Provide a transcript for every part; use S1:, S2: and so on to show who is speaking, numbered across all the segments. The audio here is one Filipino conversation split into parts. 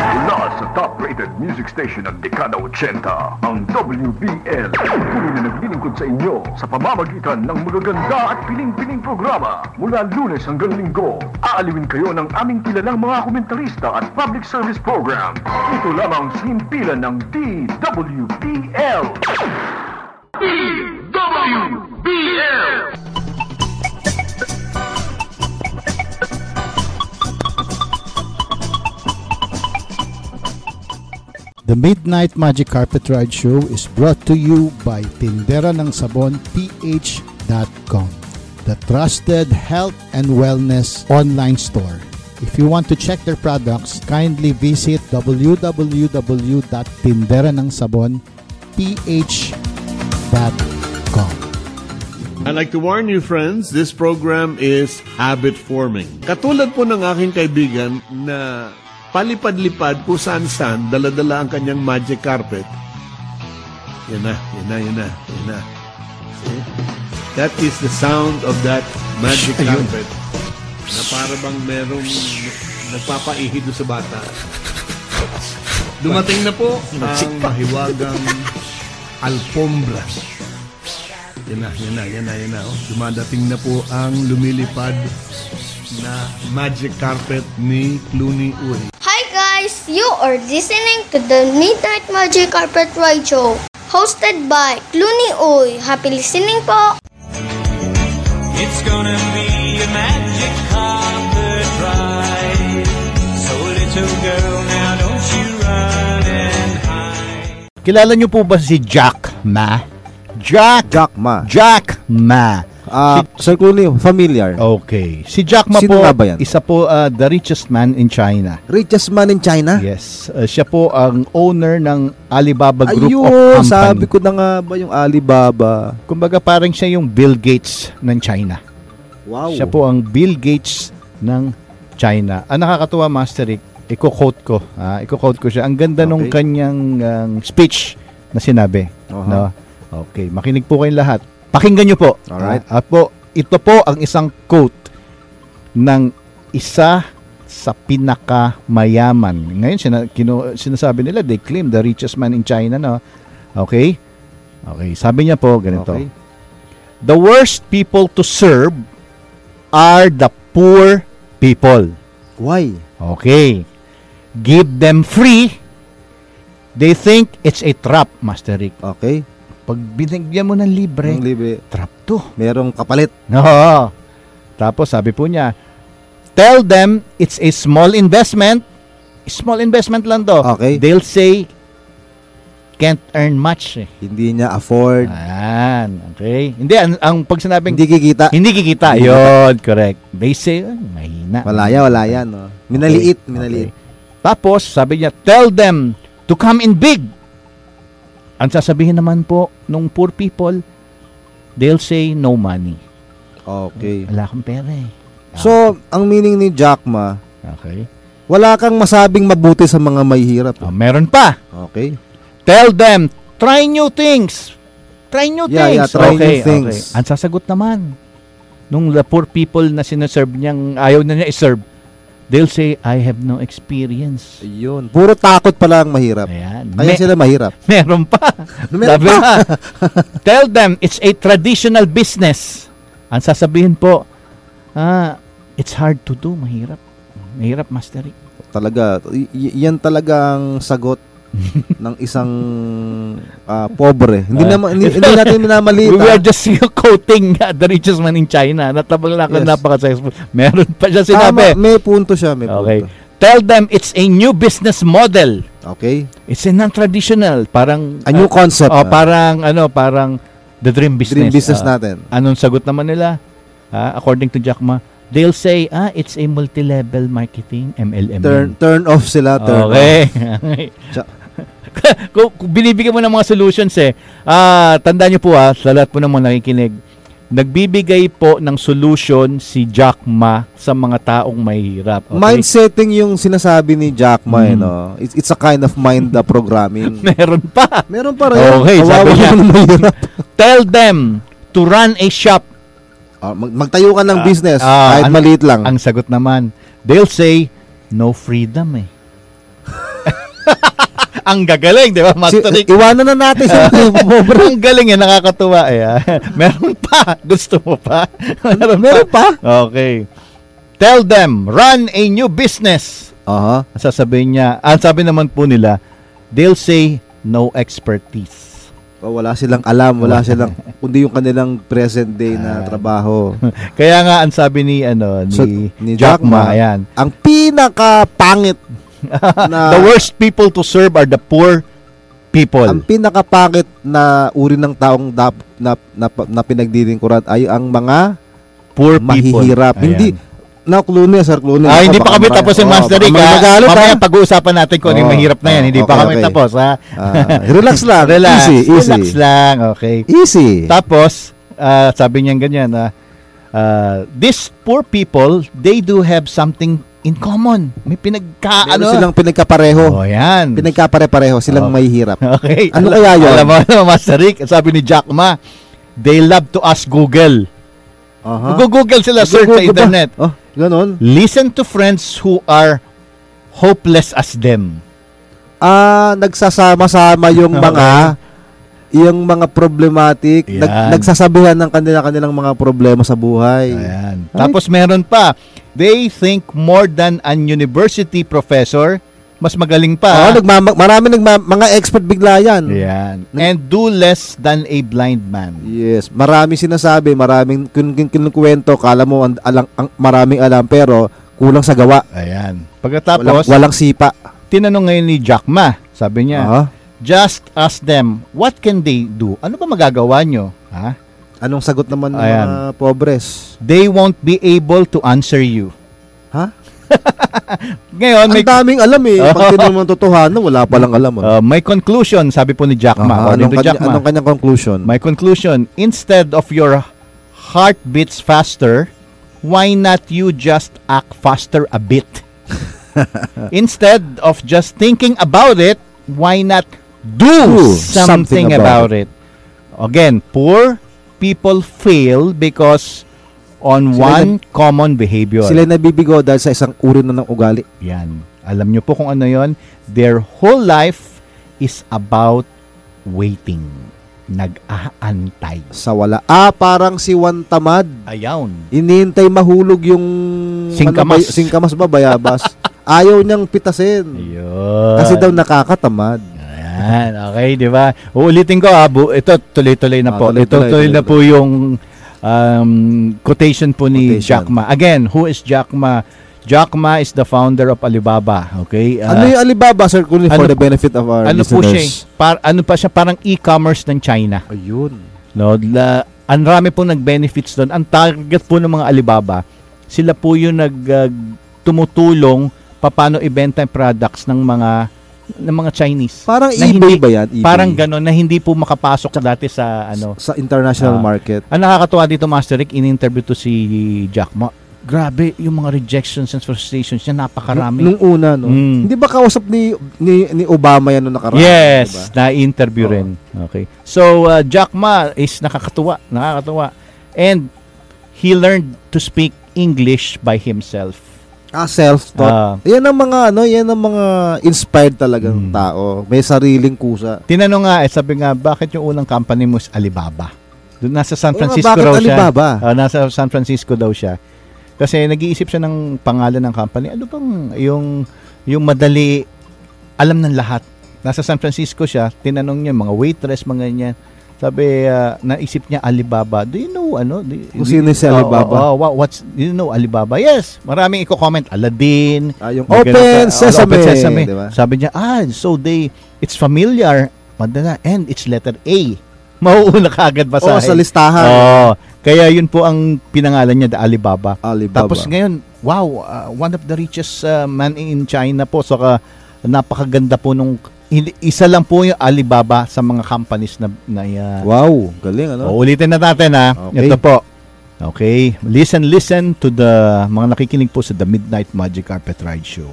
S1: Mula sa top-rated music station ng dekada 80, ang WBL. Tuloy na naglilingkod sa inyo sa pamamagitan ng magaganda at piling-piling programa. Mula lunes hanggang linggo, aaliwin kayo ng aming kilalang mga komentarista at public service program. Ito lamang sa himpilan ng DWBL. DWBL!
S2: The Midnight Magic Carpet Ride Show is brought to you by Tindera ng Sabon PH.com, the trusted health and wellness online store. If you want to check their products, kindly visit www.tinderanangsabonph.com.
S3: I'd like to warn you friends, this program is habit forming. Katulad po ng aking kaibigan na palipad-lipad kung saan-saan, daladala ang kanyang magic carpet. Yan na, yan na, yan na, yan na. See? That is the sound of that magic carpet. Na para bang merong nagpapaihid doon sa bata. Dumating na po ang mahiwagang alfombra. Yan na, yan na, yan na, yan na. Oh. Dumadating na po ang lumilipad na magic carpet ni Clooney Uri.
S4: Hi guys, you are listening to the Midnight Magic Carpet Ride Show hosted by Clooney Oy. Happy listening po!
S5: It's gonna be a magic carpet ride. So little girl, now don't you run and hide.
S6: Kilala niyo po ba si Jack Ma? Jack
S7: Jack Ma.
S6: Jack Ma.
S7: Ah, Sir Clooney, familiar.
S6: Okay. Si Jack Ma
S7: Sino
S6: po,
S7: nga ba yan?
S6: isa po ah, the richest man in China.
S7: Richest man in China?
S6: Yes. Ah, siya po ang owner ng Alibaba Group of
S7: Ayun,
S6: Company.
S7: sabi ko na nga ba yung Alibaba?
S6: Kumbaga parang siya yung Bill Gates ng China.
S7: Wow.
S6: Siya po ang Bill Gates ng China. Ang nakakatuwa, Master Rick, iko-quote ko. Ah, iko-quote ko siya. Ang ganda nung
S7: Okay. Uh-huh.
S6: kanyang ang speech na sinabi.
S7: Aha.
S6: No? Okay, makinig po kayong lahat. Pakinggan nyo po.
S7: Alright.
S6: Ah, at po, ito po ang isang quote ng isa sa pinakamayaman. Ngayon, sina, kino, sinasabi nila, they claim the richest man in China, no? Okay? Okay, sabi niya po, ganito.
S7: Okay.
S6: The worst people to serve are the poor people.
S7: Why?
S6: Okay. Give them free. They think it's a trap, Master Rick.
S7: Okay.
S6: Pag binigyan mo ng libre,
S7: Ang libre.
S6: trap to.
S7: Merong kapalit.
S6: No. Tapos sabi po niya, tell them it's a small investment. Small investment lang to.
S7: Okay.
S6: They'll say, can't earn much. Eh.
S7: Hindi niya afford.
S6: Ayan, okay. Hindi, ang, ang pag sinabing,
S7: Hindi kikita.
S6: hindi kikita.
S7: Hindi
S6: Yun, correct. They say, "Ah, mahina.
S7: Wala yan, wala yan. No? Minaliit, minaliit.
S6: Okay. Tapos, sabi niya, tell them to come in big. Ang sasabihin naman po nung poor people, they'll say no money.
S7: Okay.
S6: Wala akong pera eh.
S7: So, ang meaning ni Jack Ma,
S6: Okay.
S7: wala kang masabing mabuti sa mga may hirap. eh.
S6: Ah, meron pa.
S7: Okay.
S6: Tell them, try new things. Try new
S7: Yeah, yeah,
S6: things.
S7: try
S6: okay,
S7: new things.
S6: okay. Ang sasagot naman, nung the poor people na sinaserve niyang, ayaw na niya iserve, they'll say, I have no experience.
S7: Ayun. Puro takot pala ang mahirap.
S6: Ayan.
S7: Kaya
S6: Me-
S7: sila mahirap.
S6: Meron pa.
S7: Meron
S6: Sabi na, Tell them it's a traditional business. Ang sasabihin po, ah, it's hard to do, mahirap. Mahirap, Master Rick.
S7: Talaga, y- y- yan talaga ang sagot ng isang ah, pobre. Hindi
S6: Ah.
S7: naman hindi, hindi natin minamalita.
S6: We are just quoting uh, the richest man in China. Natabang lang
S7: Yes.
S6: napaka-successful. Meron pa siya
S7: Tama,
S6: sinabi.
S7: may punto siya, may
S6: Okay.
S7: punto.
S6: Tell them it's a new business model.
S7: Okay.
S6: It's a non-traditional. Parang,
S7: A new
S6: ah,
S7: concept.
S6: oh,
S7: ah.
S6: parang, ano, parang the dream business.
S7: dream business
S6: Ah,
S7: natin.
S6: Anong sagot naman nila? Ah, according to Jack Ma, they'll say, ah, it's a multi-level marketing, MLM.
S7: Turn turn off sila,
S6: Hmm.
S7: turn
S6: okay.
S7: off. Siya-
S6: kung, kung binibigyan mo ng mga solutions eh. Ah, tandaan niyo po ah, sa lahat po ng mga nakikinig, nagbibigay po ng solution si Jack Ma sa mga taong mahirap. Okay?
S7: Mind setting yung sinasabi ni Jack Ma, eh,
S6: Mm.
S7: no? It's, it's a kind of mind ah, programming.
S6: Meron pa.
S7: Meron pa rin.
S6: Okay, sabi
S7: Kawawa
S6: niya. "Ano
S7: yung mahirap.
S6: Tell them to run a shop.
S7: Ah, mag- magtayo ka ng business,
S6: ah,
S7: kahit
S6: ang-
S7: maliit lang.
S6: Ang sagot naman, they'll say, no freedom eh. Ang gagaling, di ba?
S7: Si,
S6: Master Rick?
S7: iwanan na natin si pobre.
S6: Ang galing eh, nakakatuwa eh. ah. Meron pa. Gusto mo pa? Meron,
S7: Meron pa?
S6: Okay. Tell them, run a new business.
S7: Aha.
S6: Ang Sasabihin niya, ang sabi naman po nila, they'll say no expertise.
S7: O, Oh, wala silang alam, wala silang, kundi yung kanilang present day na trabaho.
S6: Kaya nga ang sabi ni ano ni,
S7: So,
S6: ni Jack Ma, ayan.
S7: Ang pinaka-pangit na,
S6: The
S7: Ah.
S6: worst people to serve are the poor
S7: ang
S6: people.
S7: pinaka-pangit na uri ng taong dap, na, na, na pinagdidingkuran ay ang mga
S6: poor people.
S7: mahihirap.
S6: Ayan.
S7: Hindi, na Clune, Sir Clune.
S6: Ah, hindi pa kami tapos yung Master Rick. ha?
S7: ah.
S6: Mamaya pag-uusapan natin kung ano yung
S7: Oo.
S6: mahirap na yan. Hindi
S7: Okay,
S6: pa kami
S7: okay.
S6: tapos, ha?
S7: Ah, relax lang.
S6: Relax.
S7: Easy, easy.
S6: Relax lang. Okay.
S7: Easy.
S6: Tapos, ah, sabi niya ganyan, ah, ah, these poor people, they do have something in common. May pinagka,
S7: Meron
S6: ano.
S7: silang pinagkapareho.
S6: oh, yan.
S7: Pinagkapare-pareho
S6: Oh.
S7: silang mahihirap.
S6: okay.
S7: Ano kaya yun?
S6: Alam mo, alam mo, Master Rick, sabi ni Jack Ma, they love to ask Google.
S7: Aha.
S6: Google sila, search
S7: Ah. Google
S6: sa
S7: ba?
S6: internet.
S7: Oh, ganun.
S6: Listen to friends who are hopeless as them.
S7: ah nagsasama-sama yung mga yung mga problematic
S6: Yan.
S7: nag, nagsasabihan ng kanila kanilang mga problema sa buhay.
S6: Ayan.
S7: Hmm.
S6: Tapos meron pa, they think more than an university professor, mas magaling
S7: Oo,
S6: pa.
S7: nagmama- marami nagma- mga expert bigla yan.
S6: Ayan. And do less than a blind man.
S7: Yes, marami sinasabi, maraming kin- kin- kinukwento, kala mo ang, alang, ang- maraming alam pero kulang sa gawa.
S6: Ayan.
S7: Walang,
S6: Pagkatapos,
S7: walang Ah. sipa.
S6: tinanong ngayon ni Jack Ma, sabi niya,
S7: Aha.
S6: just ask them, what can they do? Ano ba magagawa nyo? Ha?
S7: Anong sagot naman ng
S6: Ayan.
S7: mga pobres?
S6: They won't be able to answer you.
S7: Ha?
S6: Ngayon,
S7: Ang
S6: may,
S7: daming alam eh. Pag tinanong ng totohanan, wala palang alam. ano.
S6: uh, may conclusion, sabi po ni Jack Ma.
S7: Aha,
S6: According to
S7: Uh-huh. anong, kanya,
S6: Jack Ma.
S7: anong kanyang conclusion?
S6: My conclusion, instead of your heart beats faster, why not you just act faster a bit? instead of just thinking about it, why not do
S7: Do
S6: something,
S7: something
S6: about,
S7: about
S6: it? Again, poor people fail because on
S7: Sila
S6: one common behavior.
S7: Sila nabibigo dahil sa isang uri na ng ugali.
S6: Yan. Alam nyo po kung ano yon. Their whole life is about waiting. Nag-aantay.
S7: sa wala. Ah, parang si Juan Tamad.
S6: Ayawn.
S7: Inihintay mahulog yung...
S6: Singkamas.
S7: Ano ba, singkamas ba? Bayabas. Ayaw niyang pitasin.
S6: Ayun.
S7: Kasi daw nakakatamad.
S6: Ayan, okay, di ba? Uulitin ko, ah, bu- ito tuloy-tuloy na
S7: Ah,
S6: po.
S7: tuloy-tuloy,
S6: ito tuloy na po yung um, quotation po ni
S7: Quotation.
S6: Jack Ma. Again, who is Jack Ma? Jack Ma is the founder of Alibaba, okay? Ah,
S7: ano yung Alibaba, sir? Kunin
S6: ano
S7: for the
S6: po-
S7: benefit of our
S6: ano po siya? eh?
S7: listeners.
S6: Par- ano pa siya? Parang e-commerce ng China.
S7: Ayun.
S6: No, la, ang rami po nag-benefits doon. Ang target po ng mga Alibaba, sila po yung nag ah, tumutulong paano ibenta yung products ng mga ng mga Chinese.
S7: Parang
S6: Na
S7: eBay
S6: hindi-
S7: ba yan? eBay?
S6: Parang gano'n na hindi po makapasok dati sa ano.
S7: Sa international
S6: Ah.
S7: market.
S6: Ang nakakatuwa dito Master Rick, in-interview to si Jack Ma. Grabe, yung mga rejections and frustrations niya napakarami.
S7: Nung una, no?
S6: Mm.
S7: Hindi ba kausap ni ni, ni Obama yan nung nakaraan?
S6: yes,
S7: Diba?
S6: na-interview
S7: Oo.
S6: rin. Okay. So uh, Jack Ma is nakakatuwa, nakakatuwa. And he learned to speak English by himself.
S7: Ah,
S6: Ah,
S7: self-taught. yan ang mga, ano, yan ang mga inspired talagang
S6: Mm.
S7: tao. May sariling kusa.
S6: tinanong nga, eh, sabi nga, bakit yung unang company mo is Alibaba? Doon nasa San
S7: Oo nga,
S6: Francisco
S7: Ano, bakit
S6: raw siya.
S7: Alibaba?
S6: Ah, nasa San Francisco daw siya. Kasi nag-iisip siya ng pangalan ng company. Ano bang yung yung madali alam ng lahat. Nasa San Francisco siya, tinanong niya mga waitress, mga ganyan. Sabi, ah, naisip niya Alibaba. Do you know ano? Do you-
S7: Kung sino si
S6: Oo,
S7: Alibaba?
S6: oo, wha- oh, what's do you know Alibaba? Yes, maraming i-comment Aladdin.
S7: Ah, yung
S6: mga ganun
S7: open
S6: pa.
S7: sesame.
S6: Open sesame.
S7: Diba?
S6: Sabi niya, ah, so they it's familiar, madala and it's letter A. Mauuna ka agad
S7: Oo, Oh, sa
S6: basahin.
S7: listahan.
S6: Oo. Kaya yun po ang pinangalan niya, The Alibaba.
S7: Alibaba.
S6: Tapos ngayon, wow, uh, one of the richest uh, man in China po. Saka napakaganda po nung hindi- isa lang po yung Alibaba sa mga companies na, na uh,
S7: wow, galing ano?
S6: o, ulitin na natin ha.
S7: Okay.
S6: Ito po. Okay. Listen, listen to the mga nakikinig po sa The Midnight Magic Carpet Ride Show.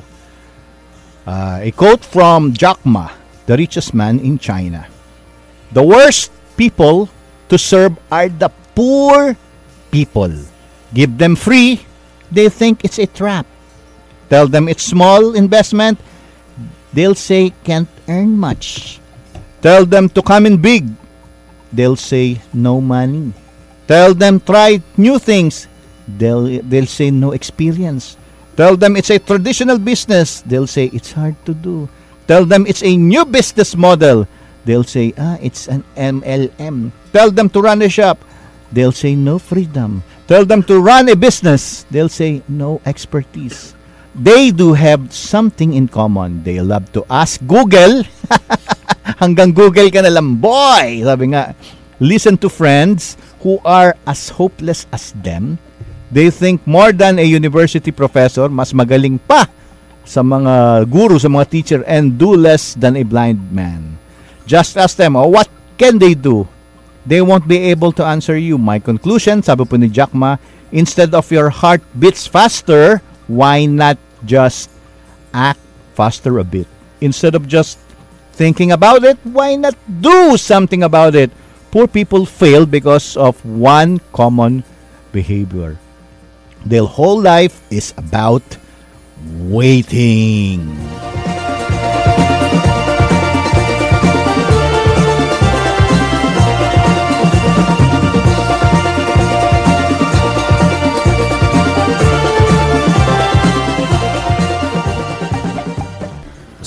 S6: Uh, a quote from Jack Ma, the richest man in China. The worst people to serve are the poor people. Give them free, they think it's a trap. Tell them it's small investment, They'll say can't earn much. Tell them to come in big. They'll say no money. Tell them try new things. They'll they'll say no experience. Tell them it's a traditional business. They'll say it's hard to do. Tell them it's a new business model. They'll say ah it's an MLM. Tell them to run a shop. They'll say no freedom. Tell them to run a business. They'll say no expertise. They do have something in common. They love to ask Google. Hanggang Google ka na lang, boy! Sabi nga, listen to friends who are as hopeless as them. They think more than a university professor, mas magaling pa sa mga guru, sa mga teacher, and do less than a blind man. Just ask them, oh, what can they do? They won't be able to answer you. My conclusion, sabi po ni Jack Ma, instead of your heart beats faster, why not just act faster a bit? Instead of just thinking about it, why not do something about it? Poor people fail because of one common behavior. Their whole life is about waiting.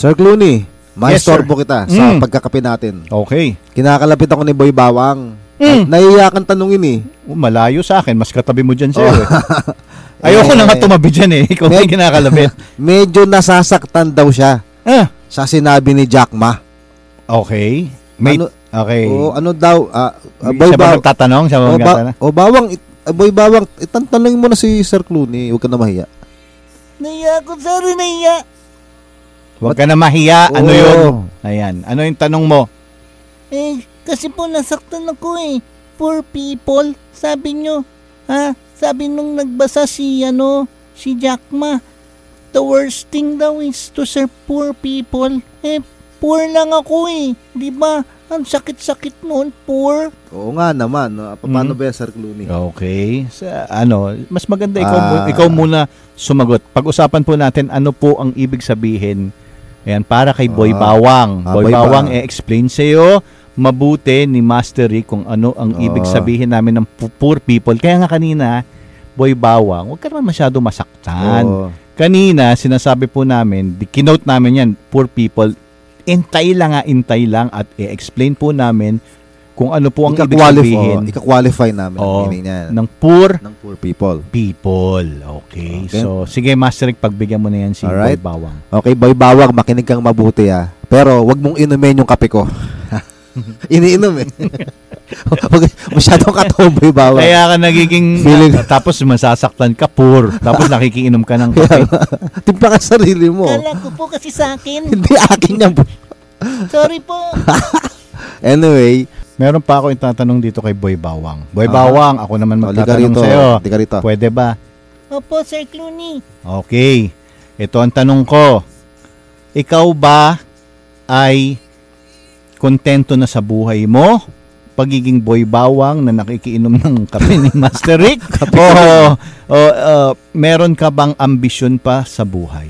S7: Sir Clooney,
S6: Yes, sir.
S7: maestorbo kita sa
S6: Mm.
S7: pagkakape natin.
S6: Okay.
S7: Kinakalapit ako ni Boy Bawang.
S6: Mm.
S7: At naiiyakan tanungin eh.
S6: Oh, Malayo sa akin, mas katabi mo dyan, sir. eh. Ayoko
S7: Eh,
S6: na nga tumabi dyan eh. Ikaw na yung kinakalabit.
S7: Medyo nasasaktan daw siya
S6: ah,
S7: sa sinabi ni Jack Ma.
S6: okay. Mate,
S7: Ano,
S6: okay.
S7: Oo, ano daw, ah, ah, Boy
S6: siya ba
S7: Bawang.
S6: magtatanong? Siya ba
S7: O,
S6: magtatanong?
S7: ba, o Bawang, it, ah, Boy Bawang, itantanungin mo na si Sir Clooney. Huwag ka na mahiya.
S6: Naiya ko, sorry, naiya. Huwag ka na mahiya. Ano
S7: Oo.
S6: yun? Ayan. Ano yung tanong mo?
S8: Eh, kasi po nasaktan ako eh. Poor people, sabi nyo. Ha? Sabi nung nagbasa si, ano, si Jack Ma. The worst thing daw is to serve poor people. Eh, poor lang ako eh. Di ba? Ang sakit-sakit noon, poor.
S7: Oo nga naman. no? Pa-
S6: Mm.
S7: Paano ba yan, Sir Clooney?
S6: Okay. Sa, ano, mas maganda ikaw, mu-
S7: Ah.
S6: ikaw muna sumagot. Pag-usapan po natin ano po ang ibig sabihin. Ayan, para kay Boy
S7: Ah.
S6: Bawang.
S7: Ah,
S6: Boy,
S7: Boy
S6: Bawang,
S7: Bawang.
S6: e-explain sa'yo mabuti ni Master Rick kung ano ang ibig
S7: Ah.
S6: sabihin namin ng po- poor people. Kaya nga kanina, Boy Bawang, huwag ka naman masyado masaktan.
S7: Oo.
S6: kanina, sinasabi po namin, di- kinote namin yan, poor people, intay lang nga, intay lang at i-explain po namin kung ano po ang ibig
S7: Ika-qualify,
S6: sabihin
S7: oh, ika-qualify namin. ang
S6: Oo.
S7: meaning niya.
S6: ng poor
S7: ng poor people.
S6: people. Okay.
S7: Okay.
S6: So, sige Master Rick, pagbigyan mo na yan si
S7: Alright.
S6: Boy Bawang.
S7: Okay, Boy Bawang, makinig kang mabuti ah. Pero wag mong inumin yung kape ko. Iniinom eh. Wag- Masyadong katomboy Bawang.
S6: Kaya ka nagiging,
S7: Feeling-
S6: tapos masasaktan ka, poor. Tapos nakikiinom ka ng kape.
S7: Timpa ka sarili mo.
S8: Kala ko po kasi sa akin.
S7: Hindi akin yan. bro.
S8: Sorry po.
S7: Anyway,
S6: Meron pa ako itatanong dito kay Boy Bawang. Boy
S7: Ah.
S6: Bawang, ako naman
S7: oh, di ka
S6: magtatanong
S7: rito.
S6: sa'yo.
S7: Di ka rito.
S6: Pwede ba?
S8: Opo, Sir Clooney.
S6: Okay. Ito ang tanong ko. Ikaw ba ay kontento na sa buhay mo? Pagiging boy bawang na nakikiinom ng kape ni Master Rick? o o, uh, meron ka bang ambisyon pa sa buhay?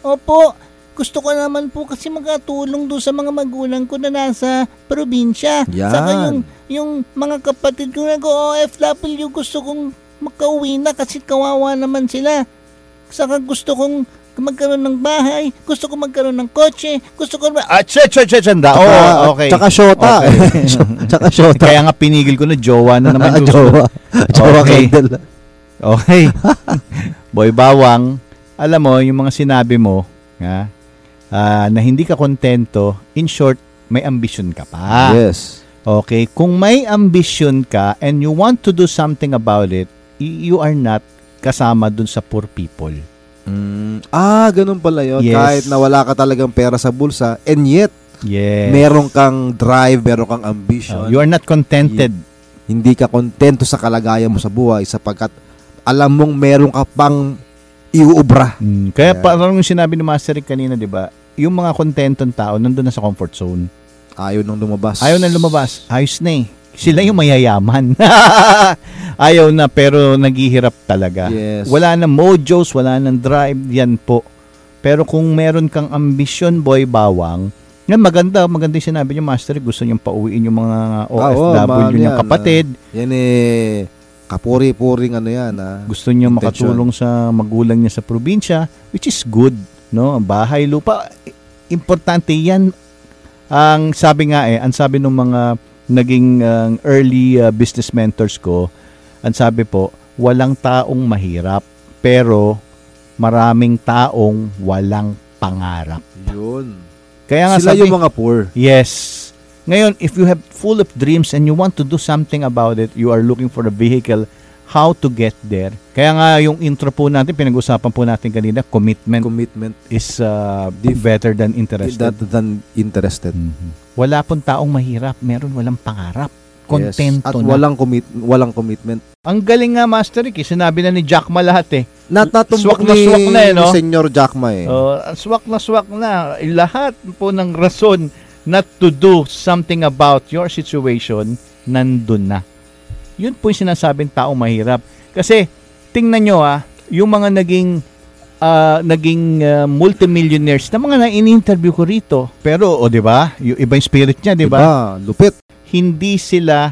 S8: Opo, gusto ko naman po kasi makatulong doon sa mga magulang ko na nasa probinsya.
S7: Yan.
S8: Saka yung, yung mga kapatid ko na go-OFW, gusto kong makauwi na kasi kawawa naman sila. Saka gusto kong magkaroon ng bahay, gusto kong magkaroon ng kotse, gusto ko...
S6: Ah, tse, tse, tse, tsanda. Oo,
S7: Tsaka-
S6: okay.
S7: ah, Tsaka shota. tsaka shota.
S6: Kaya nga pinigil ko na jowa na naman.
S7: Ah,
S6: yung
S7: jowa. Jowa
S6: Okay.
S7: candle.
S6: Okay. Boy Bawang, alam mo, yung mga sinabi mo, ha, ah, na hindi ka kontento, in short, may ambition ka pa.
S7: Yes.
S6: Okay? Kung may ambition ka and you want to do something about it, y- you are not kasama dun sa poor people.
S7: Ah, ganun pala yun.
S6: Yes.
S7: Kahit na wala ka talagang pera sa bulsa, and yet,
S6: Yes.
S7: meron kang drive, meron kang
S6: Oh,
S7: ambition.
S6: you are not contented.
S7: hindi ka kontento sa kalagayan mo sa buhay sapagkat alam mong meron ka pang iuubra.
S6: Mm, kaya
S7: Yeah.
S6: parang yung sinabi ni Master Rick kanina, di ba? Yung mga kontentong tao, nandun na sa comfort zone.
S7: Ayaw nang lumabas.
S6: Ayaw na lumabas. Ayos na eh. Sila yung mayayaman. Ayaw na pero naghihirap talaga.
S7: Yes.
S6: Wala nang mojos, wala nang drive. Yan po Pero kung meron kang ambisyon, boy, bawang, yan maganda, maganda yung sinabi niyo, Master. Rick. Gusto niyong pauwiin yung mga OFW
S7: Ah, oo, mahal
S6: niyang
S7: yan,
S6: kapatid.
S7: Yan eh, kapuri-puring ano yan ah.
S6: gusto niya
S7: Intention.
S6: makatulong sa magulang niya sa probinsya which is good no Ang bahay lupa i- importante yan ang sabi nga eh ang sabi ng mga naging uh, early uh, business mentors ko ang sabi po walang taong mahirap pero maraming taong walang pangarap
S7: Yun.
S6: kaya nga
S7: Sila
S6: sabi,
S7: yung mga poor.
S6: Yes. Ngayon, if you have full of dreams and you want to do something about it, you are looking for a vehicle, how to get there. Kaya nga yung intro po natin, pinag-usapan po natin kanina, commitment
S7: Commitment
S6: is uh,
S7: Dif-
S6: better than interested.
S7: that than interested.
S6: Wala pong taong mahirap, meron walang pangarap.
S7: Yes.
S6: Contento
S7: At
S6: na.
S7: walang commit walang commitment.
S6: Ang galing nga, Master Ricky, sinabi na ni Jack lahat eh.
S7: Nat
S6: Swak
S7: natumbok
S6: na
S7: ni,
S6: swak na eh, no?
S7: ni Senyor Jackma eh.
S6: Oh, swak na swak na. Eh, Lahat po ng rason not to do something about your situation, nandun na. Yun po yung sinasabing taong mahirap. Kasi, tingnan nyo ah, yung mga naging ah, naging ah, multimillionaires na mga na-interview ko rito. Pero, o di ba? Yung iba yung spirit niya, di ba?
S7: Diba? Lupit.
S6: Hindi sila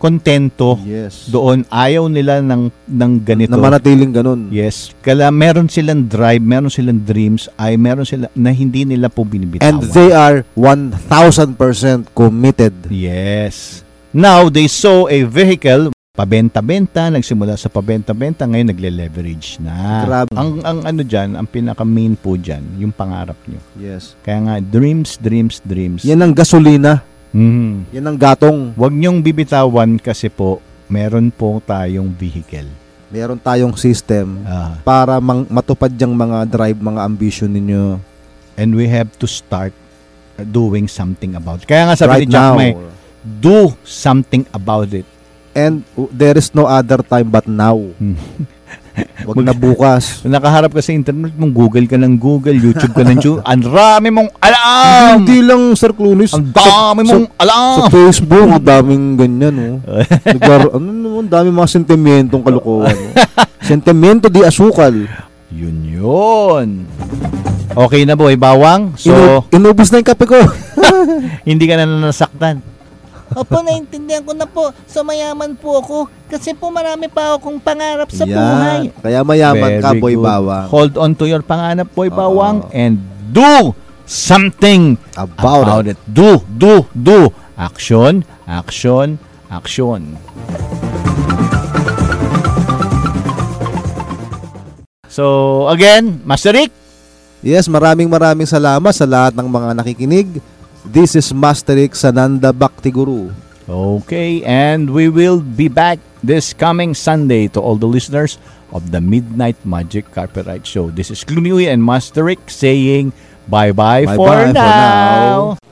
S6: kontento
S7: Yes.
S6: doon. Ayaw nila ng, ng ganito.
S7: Na manatiling ganun.
S6: Yes. Kala meron silang drive, meron silang dreams, ay meron sila na hindi nila po binibitawan.
S7: And they are 1000% committed.
S6: Yes. Now, they saw a vehicle, pabenta-benta, nagsimula sa pabenta-benta, ngayon nagle-leverage na.
S7: Grabe.
S6: Ang, ang ano dyan, ang pinaka-main po dyan, yung pangarap nyo.
S7: Yes.
S6: Kaya nga, dreams, dreams, dreams.
S7: Yan ang gasolina.
S6: Mhm.
S7: Yan ang gatong.
S6: Huwag nyong bibitawan kasi po, meron po tayong vehicle.
S7: Meron tayong system
S6: Ah,
S7: para mang- matupad yung mga drive, mga ambition ninyo
S6: and we have to start doing something about it. Kaya nga sabi ni
S7: right
S6: Jack
S7: now.
S6: May, do something about it.
S7: And w- there is no other time but now.
S6: Hmm.
S7: Wag
S6: Mag-
S7: na bukas.
S6: Nakaharap ka sa internet mong Google ka ng Google, YouTube ka ng YouTube. Ang rami mong alam!
S7: Hindi lang, Sir Clunis.
S6: Um, Ang dami
S7: sa-
S6: mong Ah. alam!
S7: Sa Facebook, ang daming ganyan, no? Naglaro, ano naman, dami mga sentimentong kalokohan. No? Sentimento di asukal.
S6: Yun yun! Okay na boy, bawang. So,
S7: Inu- inubos na yung kape ko.
S6: hindi ka na nasaktan.
S8: Opo, naintindihan ko na po. So mayaman po ako. Kasi po marami pa akong pangarap
S7: Yan.
S8: sa buhay.
S7: Kaya mayaman ka,
S6: Very
S7: boy
S6: good.
S7: bawang.
S6: Hold on to your panganap, boy
S7: Oo.
S6: bawang. And do something
S7: About,
S6: about, it. Do, do, do. Action, action, action. So, again, Master Rick,
S7: Yes, maraming maraming salamat sa lahat ng mga nakikinig. This is Masterik Sananda Baktiguru.
S6: Okay, and we will be back this coming Sunday to all the listeners of the Midnight Magic Carpet Ride Show. This is Cluny Uy and Master Rick saying bye-bye, for,
S7: Bye-bye for
S6: now.
S7: now.